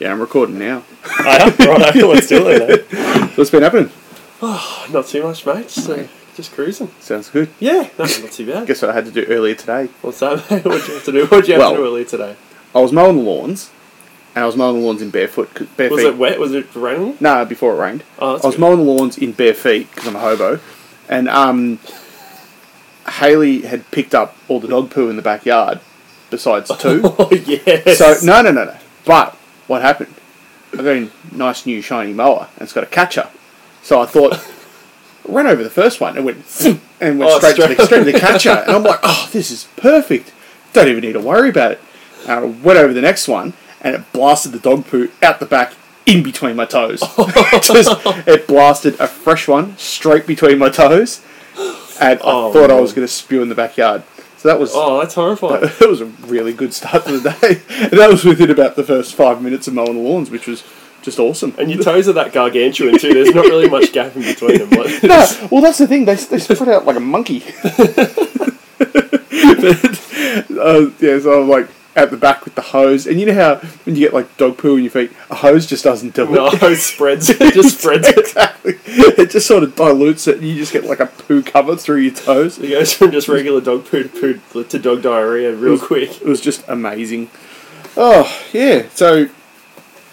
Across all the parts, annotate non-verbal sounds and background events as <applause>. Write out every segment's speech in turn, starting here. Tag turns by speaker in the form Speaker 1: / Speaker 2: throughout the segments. Speaker 1: Yeah, I'm recording now.
Speaker 2: I am, <laughs> right, let's do it. eh?
Speaker 1: What's been happening?
Speaker 2: <laughs> Not too much, mate, so just cruising.
Speaker 1: Sounds good.
Speaker 2: Yeah, no, not too bad.
Speaker 1: Guess what I had to do earlier today?
Speaker 2: What's that, <laughs> mate? What'd you have to do? What'd you have
Speaker 1: Well,
Speaker 2: to do earlier today?
Speaker 1: I was mowing the lawns, and I was mowing the lawns in barefoot. 'cause- Bare
Speaker 2: Was
Speaker 1: feet.
Speaker 2: it wet? Was it raining?
Speaker 1: No, before it rained.
Speaker 2: Oh, that's
Speaker 1: I was
Speaker 2: good.
Speaker 1: mowing the lawns in bare feet because I'm a hobo, and um, Haley had picked up all the dog poo in the backyard, besides
Speaker 2: <laughs>
Speaker 1: two.
Speaker 2: <laughs> Oh, yes.
Speaker 1: so no, no, no, no. But what happened? I got a nice new shiny mower, and it's got a catcher. So I thought, <laughs> I ran over the first one and went thump, and went
Speaker 2: Oh,
Speaker 1: straight, To
Speaker 2: straight-
Speaker 1: the, straight to
Speaker 2: <laughs>
Speaker 1: the catcher, and I'm like, oh, this is perfect. Don't even need to worry about it. And I went over the next one, and it blasted the dog poo out the back. In between my
Speaker 2: <laughs>
Speaker 1: toes, <laughs> Just- it blasted a fresh one straight between my toes, and
Speaker 2: Oh,
Speaker 1: I thought I
Speaker 2: no.
Speaker 1: was going to spew in the backyard. So that was
Speaker 2: Oh, that's
Speaker 1: <laughs>
Speaker 2: horrifying.
Speaker 1: it was a really good start to the day. <laughs> And that was within about the first five minutes of mowing the lawns, which was just awesome.
Speaker 2: and your toes are that gargantuan, too. There's not really much gap in between them. Like, <laughs>
Speaker 1: No, well, <laughs> that's the thing. They, they spread out like a <laughs> monkey. uh, yeah, so I'm like at the back with the hose. And you know how when you get like dog poo in your feet, a hose just doesn't do
Speaker 2: No,
Speaker 1: it.
Speaker 2: it spreads. It just spreads <laughs>
Speaker 1: <laughs>
Speaker 2: it.
Speaker 1: Exactly. It just sort of dilutes it and you just get like a poo cover through your toes.
Speaker 2: It goes from just regular dog poo to, poo to dog diarrhea real quick.
Speaker 1: It was just amazing. Oh, yeah. So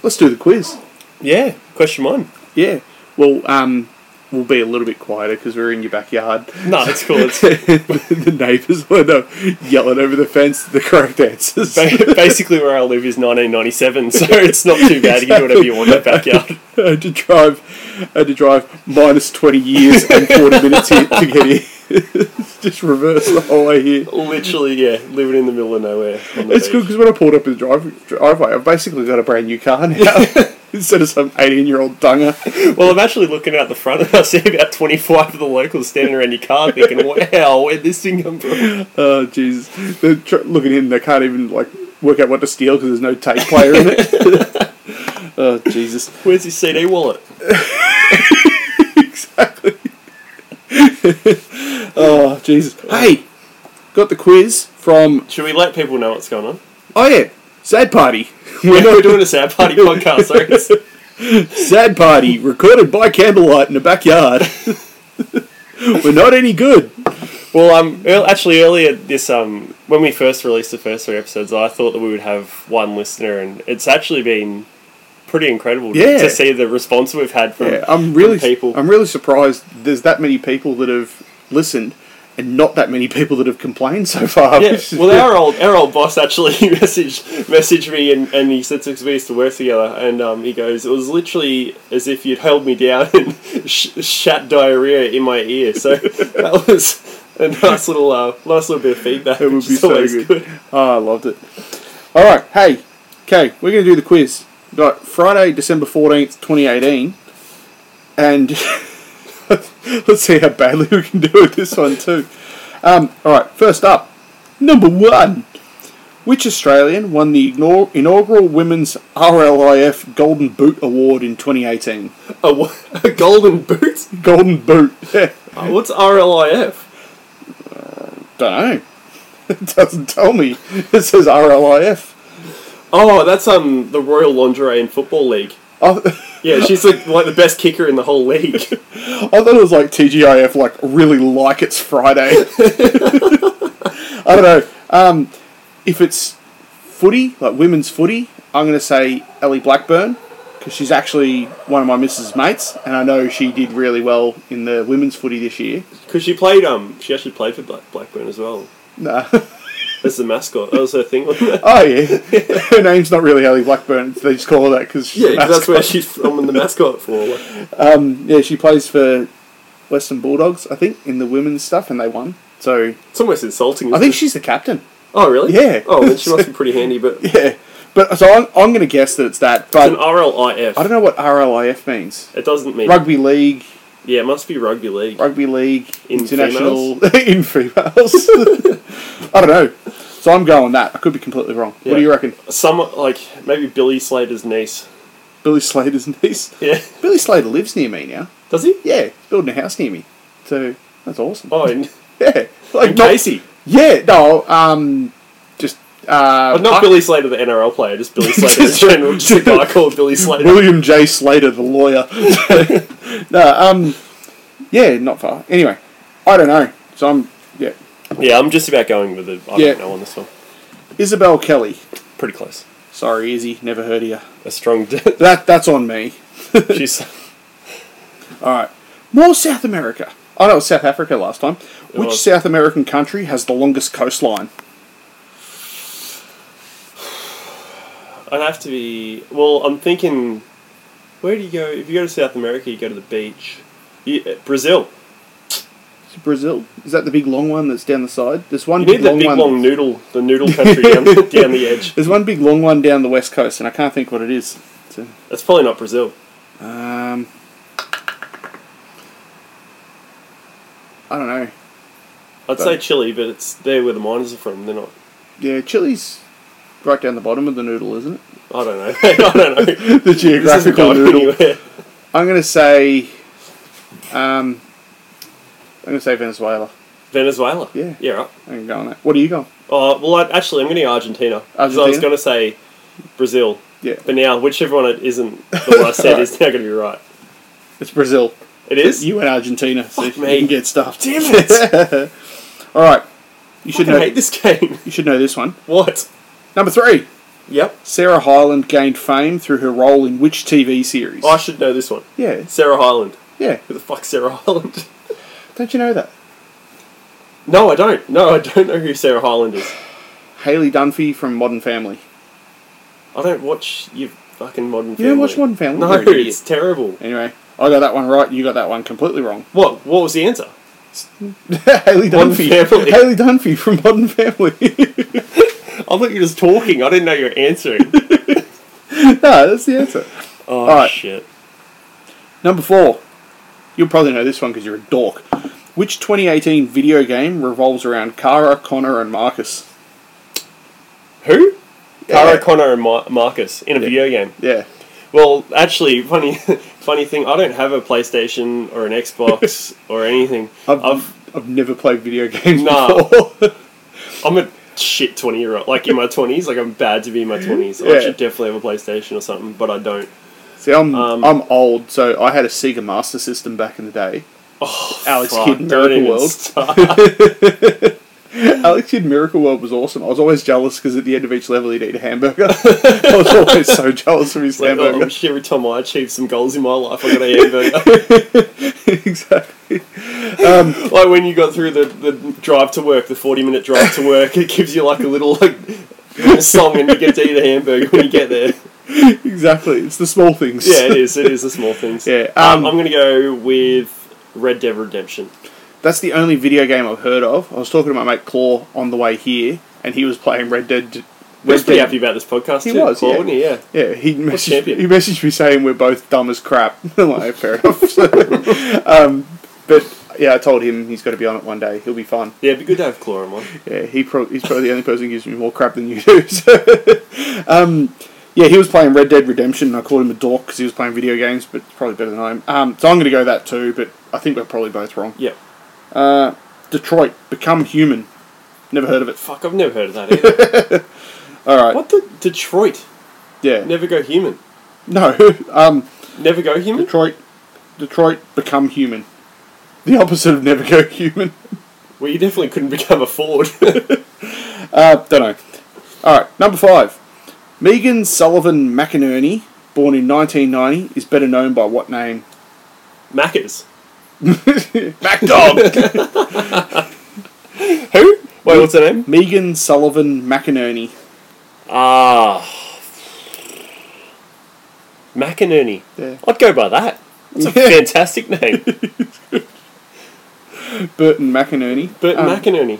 Speaker 1: let's do the quiz.
Speaker 2: Yeah, question one.
Speaker 1: Yeah. Well, um, we'll be a little bit quieter because we're in your backyard. <laughs>
Speaker 2: No, it's cool. It's
Speaker 1: the neighbours were no, yelling over the fence the correct answers.
Speaker 2: <laughs> ba- basically where I live is 1997, so it's not too bad. You can do whatever you want in the backyard.
Speaker 1: <laughs> I had to drive, I had to drive minus twenty years and forty minutes here to get here. <laughs> It's Just reverse the whole way here.
Speaker 2: Literally, yeah, living in the middle of nowhere. On the
Speaker 1: It's good
Speaker 2: beach.
Speaker 1: because when I pulled up in the drive, driveway, I've basically got a brand new car now <laughs> instead of some eighteen-year-old dunger.
Speaker 2: Well, I'm actually looking out the front and I see about 25 of the locals standing around your car <laughs> thinking, wow, where'd this thing come from?
Speaker 1: Oh Jesus! They're tr- looking in, they can't even like work out what to steal because there's no tape player in it. <laughs> oh Jesus!
Speaker 2: Where's his CD wallet?
Speaker 1: Oh Jesus! Hey, got the quiz from.
Speaker 2: Should we let people know what's <laughs> going on?
Speaker 1: Oh yeah, sad party. We're
Speaker 2: <laughs> Yeah,
Speaker 1: not doing
Speaker 2: we're doing a sad <laughs> party podcast, sorry. It's-
Speaker 1: a sad party recorded by candlelight in the backyard. <laughs> We're not any good.
Speaker 2: Well, um, ear- actually, earlier this um, when we first released the first three episodes, I thought that we would have one listener, and it's actually been pretty incredible to-
Speaker 1: Yeah.
Speaker 2: to see the response we've had from,
Speaker 1: Yeah, I'm really,
Speaker 2: from people.
Speaker 1: I'm really surprised. There's that many people that have listened, and not that many people that have complained so far. <laughs>
Speaker 2: yeah,
Speaker 1: which is-
Speaker 2: well, our old our old boss actually <laughs> messaged messaged me, and, and he said because we used to work together, and um, he goes, it was literally as if you'd held me down <laughs> and sh- shat diarrhea in my ear. So <laughs> that was a nice little uh, nice little bit of feedback.
Speaker 1: It would
Speaker 2: which
Speaker 1: be
Speaker 2: is
Speaker 1: so
Speaker 2: always
Speaker 1: good. Oh, I loved it. All right, hey, okay, we're going to do the quiz. Right, Friday, December 14th, 2018. And <laughs> let's see how badly we can do with this one, too. Um, all right, first up, number one. Which Australian won the ignor- inaugural Women's RLIF Golden Boot Award in 2018?
Speaker 2: A, wa- a golden boot.
Speaker 1: Golden Boot. <laughs> Don't
Speaker 2: Oh, What's RLIF?
Speaker 1: know. <laughs> It doesn't tell me. It says RLIF.
Speaker 2: Oh, that's um the Royal Lingerie and Football League.
Speaker 1: Oh, <laughs>
Speaker 2: Yeah, she's like, like the best kicker in the whole league. <laughs>
Speaker 1: I thought it was like TGIF, like really like it's Friday. <laughs> I don't know. Um, if it's footy, like women's footy, I'm going to say Ellie Blackburn because she's actually one of my missus' mates, and I know she did really well in the women's footy this year.
Speaker 2: Because she played um she actually played for Black- Blackburn as well
Speaker 1: Nah. <laughs>
Speaker 2: as the mascot. That was her thing. wasn't it?
Speaker 1: oh yeah, <laughs> her name's not really Ellie Blackburn. They just call her that because
Speaker 2: yeah, 'cause that's where she's from and the mascot for. Like,
Speaker 1: <laughs> yeah she plays for Western Bulldogs, I think, in the women's stuff, and they won. So
Speaker 2: it's almost
Speaker 1: I
Speaker 2: insulting. isn't
Speaker 1: think
Speaker 2: it?
Speaker 1: she's the captain.
Speaker 2: Oh really?
Speaker 1: Yeah.
Speaker 2: Oh, then she must be pretty handy. But it's
Speaker 1: <laughs> Yeah, but so I'm, I'm going to guess that it's that. But
Speaker 2: an RLIF.
Speaker 1: I don't know what RLIF means.
Speaker 2: It doesn't mean.
Speaker 1: Rugby league,
Speaker 2: yeah, it must be rugby league.
Speaker 1: rugby league,
Speaker 2: In
Speaker 1: international <laughs> in females. <laughs> I don't know. So I'm going that. I could be completely wrong. What
Speaker 2: Yeah.
Speaker 1: do you reckon?
Speaker 2: Some like maybe Billy Slater's niece.
Speaker 1: Billy Slater's niece.
Speaker 2: Yeah.
Speaker 1: Billy Slater lives near me now.
Speaker 2: Does he?
Speaker 1: Yeah, building a house near me. So <laughs> that's awesome.
Speaker 2: Oh, and,
Speaker 1: Yeah, like
Speaker 2: and
Speaker 1: not-
Speaker 2: Casey.
Speaker 1: Yeah, no. Um, just Uh,
Speaker 2: But not
Speaker 1: Park-
Speaker 2: Billy Slater, the NRL player, just
Speaker 1: <laughs>
Speaker 2: Billy Slater, the general. Just a guy called Billy Slater.
Speaker 1: William J. Slater, the lawyer. <laughs> no, um, yeah, not far. Anyway, I don't know. So I'm, yeah.
Speaker 2: Yeah, I'm just about going with the. I
Speaker 1: Yeah.
Speaker 2: don't know on this one.
Speaker 1: Isabel Kelly.
Speaker 2: Pretty close.
Speaker 1: Sorry, Izzy, never heard of you.
Speaker 2: A strong. <laughs> D-
Speaker 1: That, that's on me.
Speaker 2: she's.
Speaker 1: All right. More South America. Oh, no, it was South Africa last time. Which
Speaker 2: was.
Speaker 1: South American country has the longest coastline?
Speaker 2: I'd have to be. Well, I'm thinking. Where do you go? If you go to South America, you go to the beach. You, eh, Brazil.
Speaker 1: Is it Brazil? Is that the big long one that's down the side? There's one
Speaker 2: You
Speaker 1: big
Speaker 2: need the
Speaker 1: long
Speaker 2: big
Speaker 1: one.
Speaker 2: long noodle, the noodle
Speaker 1: <laughs>
Speaker 2: country down, down the edge.
Speaker 1: There's one big long one down the west coast, and I can't think what it is. So,
Speaker 2: That's probably not Brazil.
Speaker 1: um, I don't know.
Speaker 2: I'd say Chile, but it's there where the miners are from. They're not.
Speaker 1: Yeah, Chile's right down the bottom of the noodle,
Speaker 2: <laughs>
Speaker 1: isn't it?
Speaker 2: I don't know.
Speaker 1: <laughs>
Speaker 2: I don't know.
Speaker 1: The
Speaker 2: This isn't
Speaker 1: geographical
Speaker 2: going
Speaker 1: noodle.
Speaker 2: anywhere.
Speaker 1: I'm gonna say, um, I'm gonna say Venezuela.
Speaker 2: Venezuela.
Speaker 1: Yeah.
Speaker 2: Yeah. Right.
Speaker 1: I'm gonna go on that. What are you going?
Speaker 2: Oh well, I, actually, I'm going to go Argentina. 'cause I was
Speaker 1: Argentina?
Speaker 2: going to say Brazil,
Speaker 1: Yeah,
Speaker 2: but now whichever one it isn't, the one
Speaker 1: <laughs>
Speaker 2: I said is now going to be right.
Speaker 1: it's Brazil.
Speaker 2: It is.
Speaker 1: You and Argentina, so
Speaker 2: Fuck
Speaker 1: you
Speaker 2: me.
Speaker 1: can get stuffed.
Speaker 2: Damn
Speaker 1: <laughs>
Speaker 2: it.
Speaker 1: All right, you should
Speaker 2: should
Speaker 1: know.
Speaker 2: hate this game. <laughs>
Speaker 1: You should know this one.
Speaker 2: what?
Speaker 1: Number three.
Speaker 2: Yep.
Speaker 1: Sarah Hyland gained fame through her role in which TV series?
Speaker 2: Oh, I should know this one.
Speaker 1: yeah,
Speaker 2: Sarah Hyland.
Speaker 1: yeah.
Speaker 2: Who the fuck's Sarah Hyland? <laughs>
Speaker 1: Don't you know that?
Speaker 2: No, I don't. No, I don't know who Sarah Hyland is.
Speaker 1: Haley Dunphy from Modern Family.
Speaker 2: I don't watch you fucking Modern
Speaker 1: You
Speaker 2: Family.
Speaker 1: don't watch Modern Family?
Speaker 2: No,
Speaker 1: You're an idiot.
Speaker 2: it's terrible.
Speaker 1: Anyway, I got that one right. You got that one completely wrong. <laughs>
Speaker 2: What? What was the answer?
Speaker 1: Haley
Speaker 2: Modern
Speaker 1: Dunphy.
Speaker 2: Family.
Speaker 1: Haley Dunphy from Modern Family. <laughs>
Speaker 2: I thought you were just talking. I didn't know you were <laughs> answering.
Speaker 1: no, that's the answer.
Speaker 2: oh
Speaker 1: right.
Speaker 2: shit.
Speaker 1: Number four. You'll probably know this one because you're a dork. Which 2018 video game revolves around Kara, Connor, and Marcus?
Speaker 2: Who? Cara
Speaker 1: Yeah.
Speaker 2: Connor and Mar- Marcus in a video game.
Speaker 1: Yeah.
Speaker 2: Well, actually, funny, <laughs> funny thing. I don't have a PlayStation or an <laughs> Xbox or anything.
Speaker 1: I've,
Speaker 2: I've
Speaker 1: I've, never played video <laughs> games
Speaker 2: Nah.
Speaker 1: before. <laughs>
Speaker 2: I'm a shit 20 year old. Like in my 20s, like I'm bad to be in my 20s.
Speaker 1: Yeah.
Speaker 2: I should definitely have a PlayStation or something, but I don't.
Speaker 1: See, I'm,
Speaker 2: Um,
Speaker 1: I'm old, so I had a Sega Master System back in the day.
Speaker 2: Oh,
Speaker 1: Alex
Speaker 2: fuck,
Speaker 1: Kidd,
Speaker 2: don't
Speaker 1: Miracle
Speaker 2: even
Speaker 1: World.
Speaker 2: start.
Speaker 1: Alex Kid Miracle World was awesome. I was always jealous because at the end of each level he'd eat a hamburger. <laughs> I was always so jealous of his
Speaker 2: Like, oh,
Speaker 1: hamburger.
Speaker 2: I'm sure every time I achieve some goals in my life, I
Speaker 1: <laughs>
Speaker 2: got a hamburger. <laughs>
Speaker 1: exactly.
Speaker 2: like when you got through the, the drive to work, the 40 minute drive to work, it gives you like a little like little song and you get to eat a hamburger when you get there.
Speaker 1: Exactly. It's the small things.
Speaker 2: Yeah, it is. It is the small things.
Speaker 1: Yeah, um,
Speaker 2: um, I'm going to go with Red Dead Redemption.
Speaker 1: <laughs> That's the only video game I've heard of. I was talking to my mate Claw on the way here, and he was playing Red Dead.
Speaker 2: I was
Speaker 1: Red
Speaker 2: pretty
Speaker 1: Dead.
Speaker 2: happy about this podcast
Speaker 1: He
Speaker 2: too.
Speaker 1: was,
Speaker 2: Paul,
Speaker 1: yeah.
Speaker 2: wasn't he? Yeah.
Speaker 1: Yeah, he messaged,
Speaker 2: champion.
Speaker 1: he messaged me saying we're both dumb as crap. <laughs> I'm like, fair enough. <laughs> So, um, but yeah, I told him he's got to be on it one day. He'll be fun.
Speaker 2: Yeah, it'd be good to have Chlorine one.
Speaker 1: Yeah, he pro- he's probably the only person who gives me more crap than you do. <laughs> So. um, yeah, he was playing Red Dead Redemption, and I called him a dork because he was playing video games, but it's probably better than I am. Um, so I'm going to go that too, but I think we're probably both wrong.
Speaker 2: Yeah.
Speaker 1: Detroit, Become Human. Never heard of it.
Speaker 2: Fuck, I've never heard of that either.
Speaker 1: <laughs> All right.
Speaker 2: what the Detroit?
Speaker 1: Yeah.
Speaker 2: Never go human.
Speaker 1: No. <laughs> um,
Speaker 2: Never go human.
Speaker 1: Detroit, Detroit, Become Human. The opposite of Never Go <laughs> Human.
Speaker 2: Well, you definitely couldn't become a Ford. <laughs>
Speaker 1: Uh, don't know. All right, number five. Megan Sullivan McInerney, born in 1990, is better known by what name?
Speaker 2: Maccas. <laughs>
Speaker 1: <laughs> MacDog.
Speaker 2: Who? Wait, what's her name?
Speaker 1: Megan Sullivan McInerney.
Speaker 2: Ah. McInerney.
Speaker 1: Yeah.
Speaker 2: I'd go by that. That's a
Speaker 1: Yeah.
Speaker 2: fantastic name.
Speaker 1: <laughs> Burton McInerney.
Speaker 2: But
Speaker 1: Um,
Speaker 2: McInerney.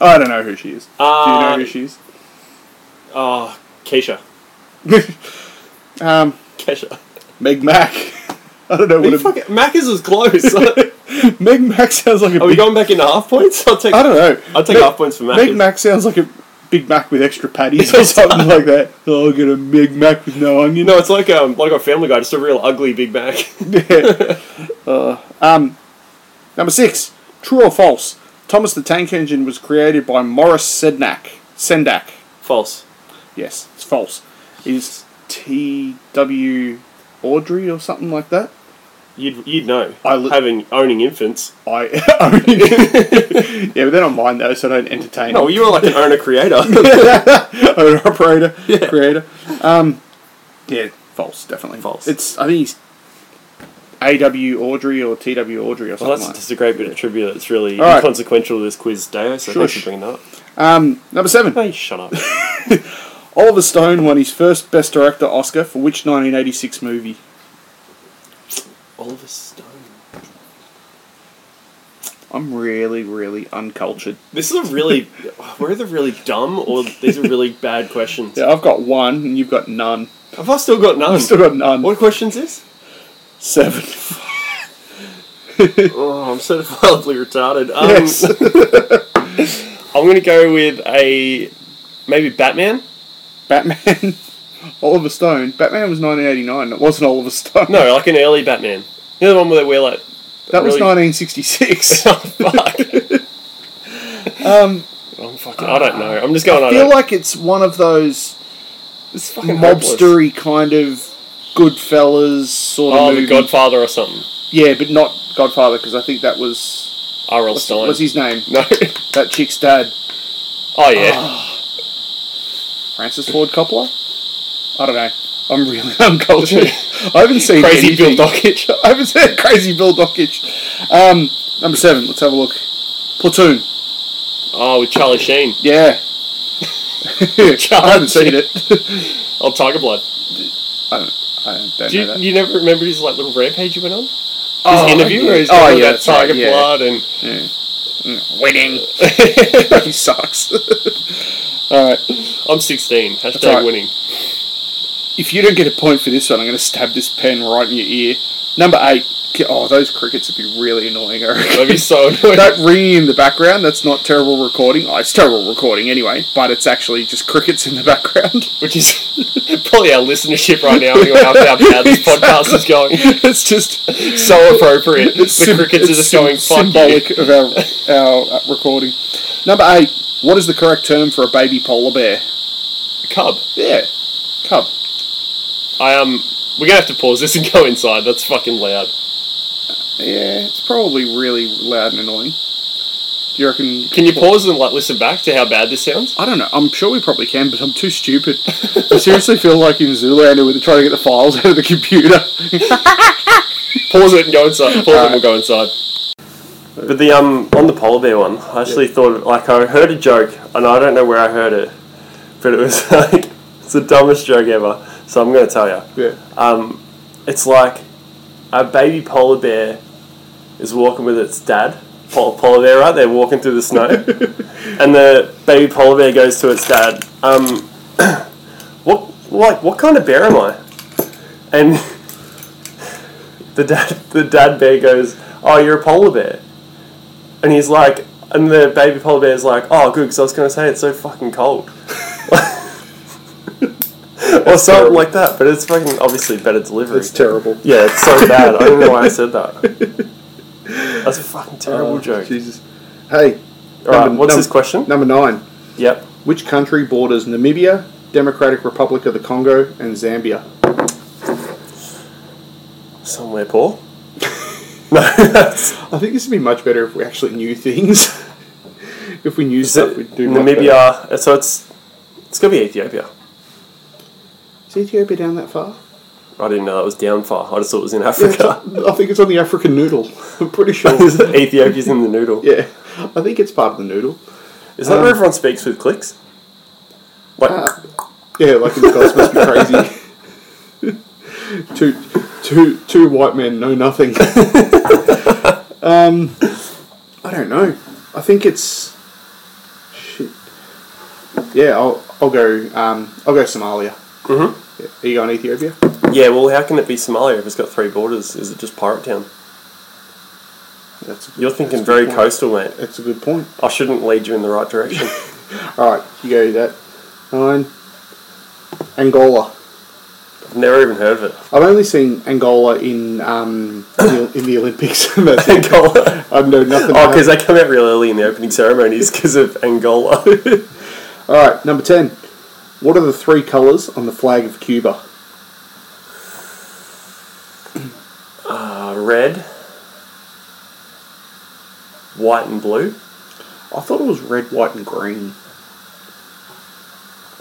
Speaker 1: I don't know who she is. Do you know
Speaker 2: Uh,
Speaker 1: who she is?
Speaker 2: Ah, Keisha.
Speaker 1: <laughs> um,
Speaker 2: Keisha.
Speaker 1: Meg Mac. <laughs> I don't know
Speaker 2: What
Speaker 1: what. A,
Speaker 2: fucking, Maccas was close.
Speaker 1: <laughs>
Speaker 2: <laughs> Are
Speaker 1: Meg Mac sounds like a.
Speaker 2: we
Speaker 1: big,
Speaker 2: going back into half points? I'll take.
Speaker 1: I don't know.
Speaker 2: I'll take
Speaker 1: Meg-
Speaker 2: half points for Maccas.
Speaker 1: Big Mac sounds like a Big Mac with extra patties
Speaker 2: <laughs>
Speaker 1: or something like that. Oh, I'll get a Big Mac with no onion.
Speaker 2: <laughs> No, it's like um, like a Family Guy, just a real ugly Big Mac. <laughs>
Speaker 1: Yeah. <laughs> Uh, um, number six. True or false? Thomas the Tank Engine was created by Morris Sednak. Sendak.
Speaker 2: False.
Speaker 1: Yes, it's false. Is T W Audrey or something like that?
Speaker 2: You'd you'd know.
Speaker 1: I li-
Speaker 2: having owning infants.
Speaker 1: I <laughs> own. <laughs> yeah, but they're not mine though, so I don't entertain.
Speaker 2: No,
Speaker 1: No,
Speaker 2: you're like an owner <laughs> creator.
Speaker 1: owner
Speaker 2: <laughs>
Speaker 1: operator, creator. Um, yeah, false, definitely
Speaker 2: False.
Speaker 1: It's I think he's A W Audrey or T W Audrey or something
Speaker 2: well, that's
Speaker 1: like that.
Speaker 2: just a great bit of trivia that's really
Speaker 1: All right.
Speaker 2: inconsequential to this quiz, Deo. So thanks
Speaker 1: Shush.
Speaker 2: for bringing that up.
Speaker 1: Um, number seven.
Speaker 2: Hey, shut <laughs> up.
Speaker 1: Oliver Stone won his first Best Director Oscar for which 1986 movie?
Speaker 2: Oliver Stone.
Speaker 1: I'm really, really uncultured.
Speaker 2: This is a really. We're either really dumb or these are really bad questions.
Speaker 1: Yeah, I've got one and you've got none.
Speaker 2: Have I still got none?
Speaker 1: I've still got none.
Speaker 2: Oh. What question's this?
Speaker 1: Seven. <laughs>
Speaker 2: <laughs> Oh, I'm so violently retarded. Um,
Speaker 1: yes.
Speaker 2: <laughs> I'm going to go with a. Maybe Batman?
Speaker 1: Batman. <laughs> Oliver Stone. Batman was 1989. It wasn't Oliver Stone.
Speaker 2: No, like an early Batman. You know the one where they wear like. <laughs>
Speaker 1: that was
Speaker 2: really- <laughs>
Speaker 1: 1966.
Speaker 2: Oh, fuck.
Speaker 1: um,
Speaker 2: I'm fucking, Oh, I don't know. I'm just going
Speaker 1: I
Speaker 2: on.
Speaker 1: feel like it's one of those
Speaker 2: it's fucking hopeless.
Speaker 1: mobstery kind of Goodfellas sort of
Speaker 2: Oh,
Speaker 1: movie.
Speaker 2: The Godfather or something.
Speaker 1: Yeah, but not Godfather because I think that was
Speaker 2: R.L.
Speaker 1: what's,
Speaker 2: Stein.
Speaker 1: what's his name?
Speaker 2: <laughs> No.
Speaker 1: That chick's dad.
Speaker 2: Oh, yeah.
Speaker 1: Ah. Francis Ford Coppola. I don't know. I'm really <laughs>
Speaker 2: <laughs>
Speaker 1: uncultured. I haven't seen
Speaker 2: Crazy Bill
Speaker 1: anything.
Speaker 2: Dockage. <laughs>
Speaker 1: <laughs> I haven't seen Crazy Bill Dockage. Um, number seven. Let's have a look. Platoon.
Speaker 2: Oh, with Charlie Sheen.
Speaker 1: Yeah. <laughs> I haven't seen it. <laughs>
Speaker 2: Oh, Tiger Blood.
Speaker 1: I don't. I don't,
Speaker 2: Do
Speaker 1: know
Speaker 2: you,
Speaker 1: that.
Speaker 2: you never remember his like little rampage you went on? His
Speaker 1: Oh,
Speaker 2: interview
Speaker 1: yeah.
Speaker 2: where he's
Speaker 1: Oh,
Speaker 2: talking
Speaker 1: yeah,
Speaker 2: about
Speaker 1: that's right,
Speaker 2: Tiger
Speaker 1: yeah.
Speaker 2: Blood and <laughs>
Speaker 1: Yeah. Mm, Winning. <laughs> he sucks. <laughs> All right.
Speaker 2: I'm 16. Hashtag
Speaker 1: right.
Speaker 2: winning.
Speaker 1: If you don't get a point for this one, I'm going to stab this pen right in your ear. Number eight. K- Oh, those crickets would be really annoying. I reckon.
Speaker 2: That'd
Speaker 1: <laughs>
Speaker 2: be so annoying.
Speaker 1: that ringing in the background, that's not terrible recording. Oh, it's terrible recording anyway, but it's actually just crickets in the background.
Speaker 2: Which is <laughs> probably our listenership right now. Anyway, after how
Speaker 1: <laughs>
Speaker 2: bad this podcast is going.
Speaker 1: it's just
Speaker 2: So appropriate. The
Speaker 1: sim-
Speaker 2: crickets are
Speaker 1: it's
Speaker 2: just
Speaker 1: sim-
Speaker 2: going fuck
Speaker 1: symbolic of our, our uh, recording. Number eight. What is the correct term for a baby polar bear?
Speaker 2: you, cub.
Speaker 1: Yeah, cub.
Speaker 2: I um, we're gonna have to pause this and go inside. That's fucking loud.
Speaker 1: Yeah, it's probably really loud and annoying. Do you reckon?
Speaker 2: Can you pause and like listen back to how bad this sounds?
Speaker 1: I don't know. I'm sure we probably can, but I'm too
Speaker 2: <laughs>
Speaker 1: stupid. I seriously feel like in Zoolander, we're trying to get the files out of the computer.
Speaker 2: Pause it and go inside. Pause it
Speaker 1: Alright.
Speaker 2: and we'll go inside. But the um on the polar bear one, I actually thought like I heard a joke and I don't know where I heard it, but it was <laughs> like it's the dumbest joke ever. So I'm gonna tell you.
Speaker 1: yeah.
Speaker 2: um, it's like a baby polar bear is walking with its dad, pol- polar bear, right? They're walking through the snow, and the baby polar bear goes to its dad. Um, <clears throat> what like what kind of bear am I? And <laughs> the dad the dad bear goes, "Oh, you're a polar bear," and he's like, and the baby polar bear is like, "Oh, good," because I was gonna say it's so fucking cold. <laughs> or something
Speaker 1: terrible.
Speaker 2: like that, but it's fucking obviously better delivery.
Speaker 1: It's terrible.
Speaker 2: Yeah, it's so bad. I don't know why I said that.
Speaker 1: <laughs>
Speaker 2: That's a fucking terrible
Speaker 1: Oh,
Speaker 2: joke.
Speaker 1: Jesus. Hey.
Speaker 2: Alright,
Speaker 1: number-
Speaker 2: what's
Speaker 1: num-
Speaker 2: this question?
Speaker 1: Number nine.
Speaker 2: Yep.
Speaker 1: Which country borders Namibia, Democratic Republic of the Congo, and Zambia?
Speaker 2: Somewhere, Paul. <laughs> no, that's
Speaker 1: I think this would be much better if we actually knew things. <laughs> if we knew stuff, we'd do much better.
Speaker 2: Namibia. uh, So it's it's gonna be Ethiopia.
Speaker 1: Is Ethiopia down that
Speaker 2: <laughs>
Speaker 1: far?
Speaker 2: I didn't know that was down far. I just thought it was in
Speaker 1: Yeah, it's <laughs>
Speaker 2: Africa.
Speaker 1: on- I think it's on the African noodle. <laughs> I'm pretty sure.
Speaker 2: Ethiopia's in the noodle.
Speaker 1: yeah, I think it's part of the noodle.
Speaker 2: Is that where
Speaker 1: Um,
Speaker 2: everyone speaks with clicks? Like,
Speaker 1: Uh, yeah, like it's supposed to be crazy. two, two, two white men know nothing. um, I don't know. I think it's shit. Yeah, I'll I'll go. Um, I'll go Somalia.
Speaker 2: Mhm.
Speaker 1: Yeah. Are you going Ethiopia?
Speaker 2: yeah. Well, how can it be Somalia if it's got three borders? Is it just pirate town?
Speaker 1: That's a good,
Speaker 2: You're thinking very
Speaker 1: point.
Speaker 2: coastal, mate.
Speaker 1: that's a good point.
Speaker 2: I shouldn't lead you in the right
Speaker 1: <laughs>
Speaker 2: direction.
Speaker 1: All right, you go that nine. Angola.
Speaker 2: I've never even heard of it.
Speaker 1: I've only seen Angola in um, in, the, in the Olympics. <laughs> That's it.
Speaker 2: Angola.
Speaker 1: I've known nothing.
Speaker 2: Oh,
Speaker 1: about it.
Speaker 2: because they come out real early in the opening ceremonies because of Angola.
Speaker 1: All right, number ten. What are the three colours on the flag of Cuba?
Speaker 2: Uh, red, white, and blue.
Speaker 1: I thought it was red, white, and green.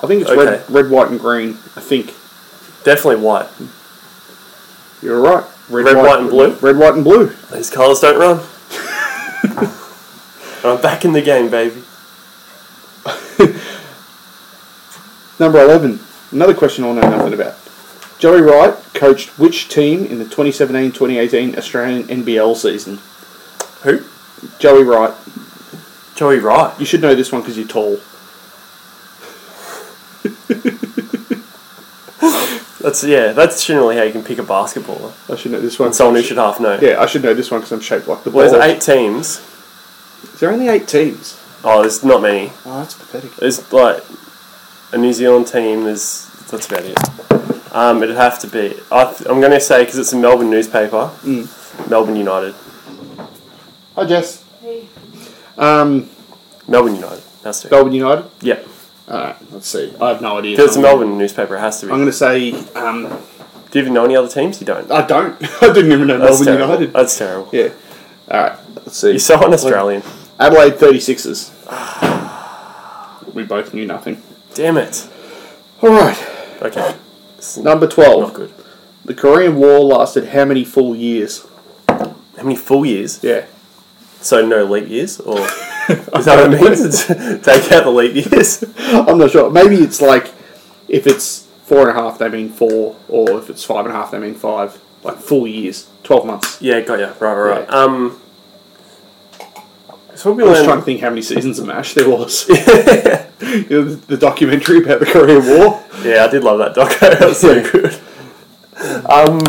Speaker 1: I think it's
Speaker 2: Okay.
Speaker 1: red, red, white, and green. I think
Speaker 2: Definitely white.
Speaker 1: you're right.
Speaker 2: Red, white, and blue?
Speaker 1: Red, white, and blue.
Speaker 2: These colours don't run. I'm back in the game, baby.
Speaker 1: Number 11. Another question I'll know nothing about. Joey Wright coached which team in the 2017 2018 Australian NBL season?
Speaker 2: Who?
Speaker 1: Joey Wright.
Speaker 2: Joey Wright.
Speaker 1: You should know this one because you're tall.
Speaker 2: That's yeah. That's generally how you can pick a basketballer.
Speaker 1: I should know this one.
Speaker 2: And someone who should half know.
Speaker 1: Yeah, I should know this one because I'm shaped like the ball.
Speaker 2: Well, there's eight teams.
Speaker 1: Is there only eight teams?
Speaker 2: Oh, there's not many.
Speaker 1: Oh, that's pathetic.
Speaker 2: There's like a New Zealand team. There's that's about it. Um, it'd have to be. I th- I'm going to say because it's a Melbourne newspaper.
Speaker 1: Mm.
Speaker 2: Melbourne United.
Speaker 1: Hi, Jess. Um,
Speaker 2: Melbourne United. Has to. Be.
Speaker 1: Melbourne United.
Speaker 2: yeah.
Speaker 1: All right, let's see. I have no idea.
Speaker 2: Because it's a Melbourne newspaper, it has to be.
Speaker 1: I'm going to say um,
Speaker 2: Do you even know any other teams? You don't.
Speaker 1: I don't. <laughs> I didn't even know
Speaker 2: That's
Speaker 1: Melbourne
Speaker 2: terrible. Uh,
Speaker 1: United.
Speaker 2: That's terrible.
Speaker 1: yeah. All right. Let's see.
Speaker 2: You're so <laughs> un-Australian.
Speaker 1: Adelaide 36ers. we both knew nothing.
Speaker 2: Damn it.
Speaker 1: All right.
Speaker 2: Okay. It's
Speaker 1: Number
Speaker 2: not
Speaker 1: 12.
Speaker 2: good.
Speaker 1: The Korean War lasted how many full years?
Speaker 2: How many full years?
Speaker 1: Yeah. <laughs>
Speaker 2: So no leap years, or is that what it means? <laughs> It's- Take out the leap years. <laughs>
Speaker 1: I'm not sure. Maybe it's like if it's four and a half, they mean four, or if it's five and a half, they mean five. Like full years, 12 months.
Speaker 2: Yeah, got ya. Right, right, right.
Speaker 1: Yeah.
Speaker 2: Um, so what we
Speaker 1: I was
Speaker 2: learned.
Speaker 1: trying to think how many seasons <laughs> of MASH there was. <laughs> You know, the, the documentary about the Korean War.
Speaker 2: Yeah, I did love that doco. <laughs> That was so
Speaker 1: Yeah.
Speaker 2: good. Um,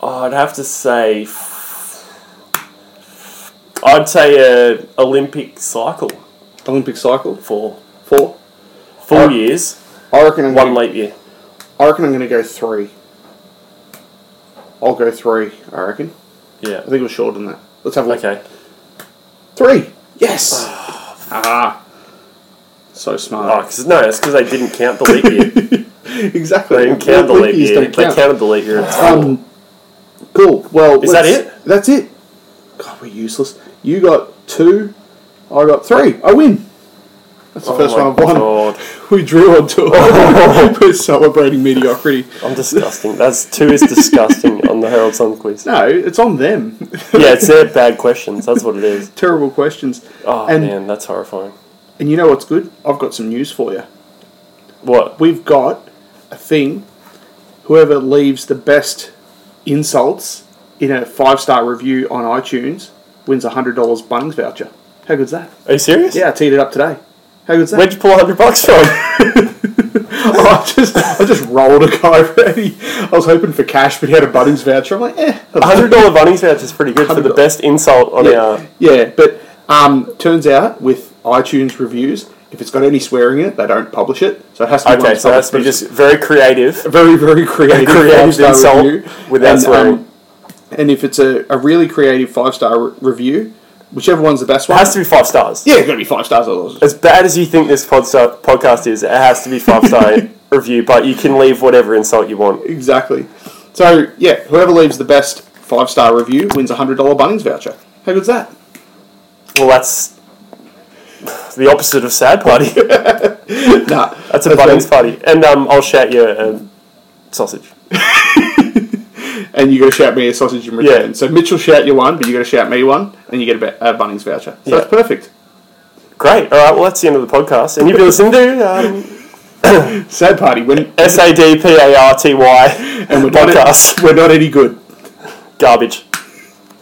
Speaker 2: oh, I'd have to say, f- I'd say a Olympic cycle
Speaker 1: Olympic cycle,
Speaker 2: for
Speaker 1: four.
Speaker 2: four
Speaker 1: Um,
Speaker 2: years,
Speaker 1: I reckon I'm
Speaker 2: one
Speaker 1: gonna,
Speaker 2: leap year.
Speaker 1: I reckon I'm going to go three. I'll go three, I reckon.
Speaker 2: Yeah.
Speaker 1: I think it was shorter than that. Let's have a look.
Speaker 2: Okay.
Speaker 1: Three! Yes! ah. So smart.
Speaker 2: Oh, 'cause- no, it's because they didn't count the leap year.
Speaker 1: <laughs> exactly.
Speaker 2: They didn't count the
Speaker 1: Leap
Speaker 2: leap
Speaker 1: years
Speaker 2: year.
Speaker 1: don't
Speaker 2: They
Speaker 1: count.
Speaker 2: counted the leap year. It's
Speaker 1: Um, cool. Well,
Speaker 2: Is that
Speaker 1: let's-
Speaker 2: it?
Speaker 1: That's it. God, we're useless. You got two. I got three. I win. That's the
Speaker 2: Oh
Speaker 1: first
Speaker 2: my
Speaker 1: one I've won.
Speaker 2: God.
Speaker 1: <laughs>
Speaker 2: Oh.
Speaker 1: We drew on two. <laughs> we're celebrating mediocrity.
Speaker 2: I'm disgusting. That's two
Speaker 1: <laughs>
Speaker 2: is disgusting on the Herald Sun quiz.
Speaker 1: No, it's on them. <laughs>
Speaker 2: Yeah, it's their bad questions. That's what it is.
Speaker 1: Terrible questions.
Speaker 2: Oh
Speaker 1: and
Speaker 2: man, that's horrifying.
Speaker 1: and you know what's good? I've got some news for you.
Speaker 2: What?
Speaker 1: We've got a thing. Whoever leaves the best insults in a five star review on iTunes wins a hundred dollars Bunnings voucher. How good's that?
Speaker 2: Are you serious?
Speaker 1: Yeah, I teed it up today. How good's that?
Speaker 2: Where'd you pull a hundred bucks from?
Speaker 1: Oh, I just I just rolled a guy <laughs> ready. I was hoping for cash, but he had a Bunnings voucher. I'm like, eh.
Speaker 2: A hundred dollar Bunnings voucher is pretty good for the
Speaker 1: $100.
Speaker 2: best insult
Speaker 1: <laughs>
Speaker 2: on
Speaker 1: Yeah,
Speaker 2: our.
Speaker 1: yeah, but um, turns out with iTunes reviews, if it's got any swearing in it, they don't publish it. So it has to be one
Speaker 2: Okay,
Speaker 1: that's
Speaker 2: so that's
Speaker 1: published, but it's
Speaker 2: just very creative.
Speaker 1: a very very creative,
Speaker 2: creative
Speaker 1: five-star
Speaker 2: insult
Speaker 1: review. um,
Speaker 2: without swearing.
Speaker 1: and if it's a, a really creative five star re- review, whichever one's the best
Speaker 2: It
Speaker 1: one,
Speaker 2: has to be five stars.
Speaker 1: yeah, it's gonna be five stars. Otherwise,
Speaker 2: As bad as you think this pod podcast is, it has to be five star <laughs> review. But you can leave whatever insult you want.
Speaker 1: Exactly. So yeah, whoever leaves the best five star review wins a hundred dollar Bunnings voucher. How good's that? <laughs>
Speaker 2: Well, that's the opposite of sad <laughs> party.
Speaker 1: Nah,
Speaker 2: That's a Bunnings party, and um, I'll shout you a sausage.
Speaker 1: And you got to shout me a sausage in return.
Speaker 2: Yeah.
Speaker 1: So Mitchell shout you one, but you got to shout me one, and you get a, ba- a Bunnings voucher. So
Speaker 2: Yeah.
Speaker 1: that's perfect.
Speaker 2: Great. All right. Well, that's the end of the podcast, and you've been listening to um,
Speaker 1: Sad party
Speaker 2: <laughs>
Speaker 1: when
Speaker 2: S A D P A R T Y <laughs>
Speaker 1: and we're not,
Speaker 2: podcast.
Speaker 1: we're not any good.
Speaker 2: Garbage.